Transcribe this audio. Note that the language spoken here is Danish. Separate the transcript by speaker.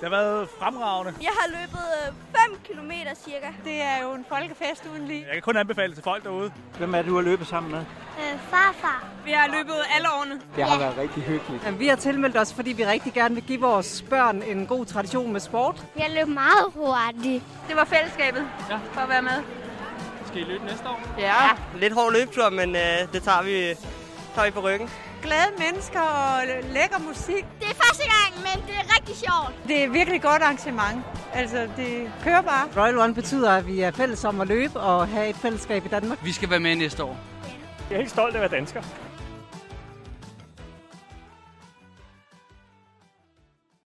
Speaker 1: Det har været fremragende.
Speaker 2: Jeg har løbet 5 km cirka.
Speaker 3: Det er jo en folkefest uden lige.
Speaker 1: Jeg kan kun anbefale til folk derude.
Speaker 4: Hvem er det, du har løbet sammen med?
Speaker 5: Øh, farfar.
Speaker 3: Vi har løbet alle årene.
Speaker 4: Det har været rigtig hyggeligt.
Speaker 6: Jamen, vi har tilmeldt os, fordi vi rigtig gerne vil give vores børn en god tradition med sport.
Speaker 5: Jeg løb meget hurtigt.
Speaker 3: Det var fællesskabet ja. for at være med.
Speaker 1: Skal I løbe næste år?
Speaker 3: Ja.
Speaker 7: Lidt hård løbetur, men øh, det tager vi, tager vi på ryggen.
Speaker 3: Glade mennesker og lækker musik.
Speaker 5: Det er første gang, men det er rigtig sjovt.
Speaker 3: Det er virkelig godt arrangement. Altså, det kører bare.
Speaker 6: Royal Run betyder, at vi er fælles om at løbe og have et fællesskab i Danmark.
Speaker 8: Vi skal være med næste år.
Speaker 1: Jeg er helt stolt af at være dansker.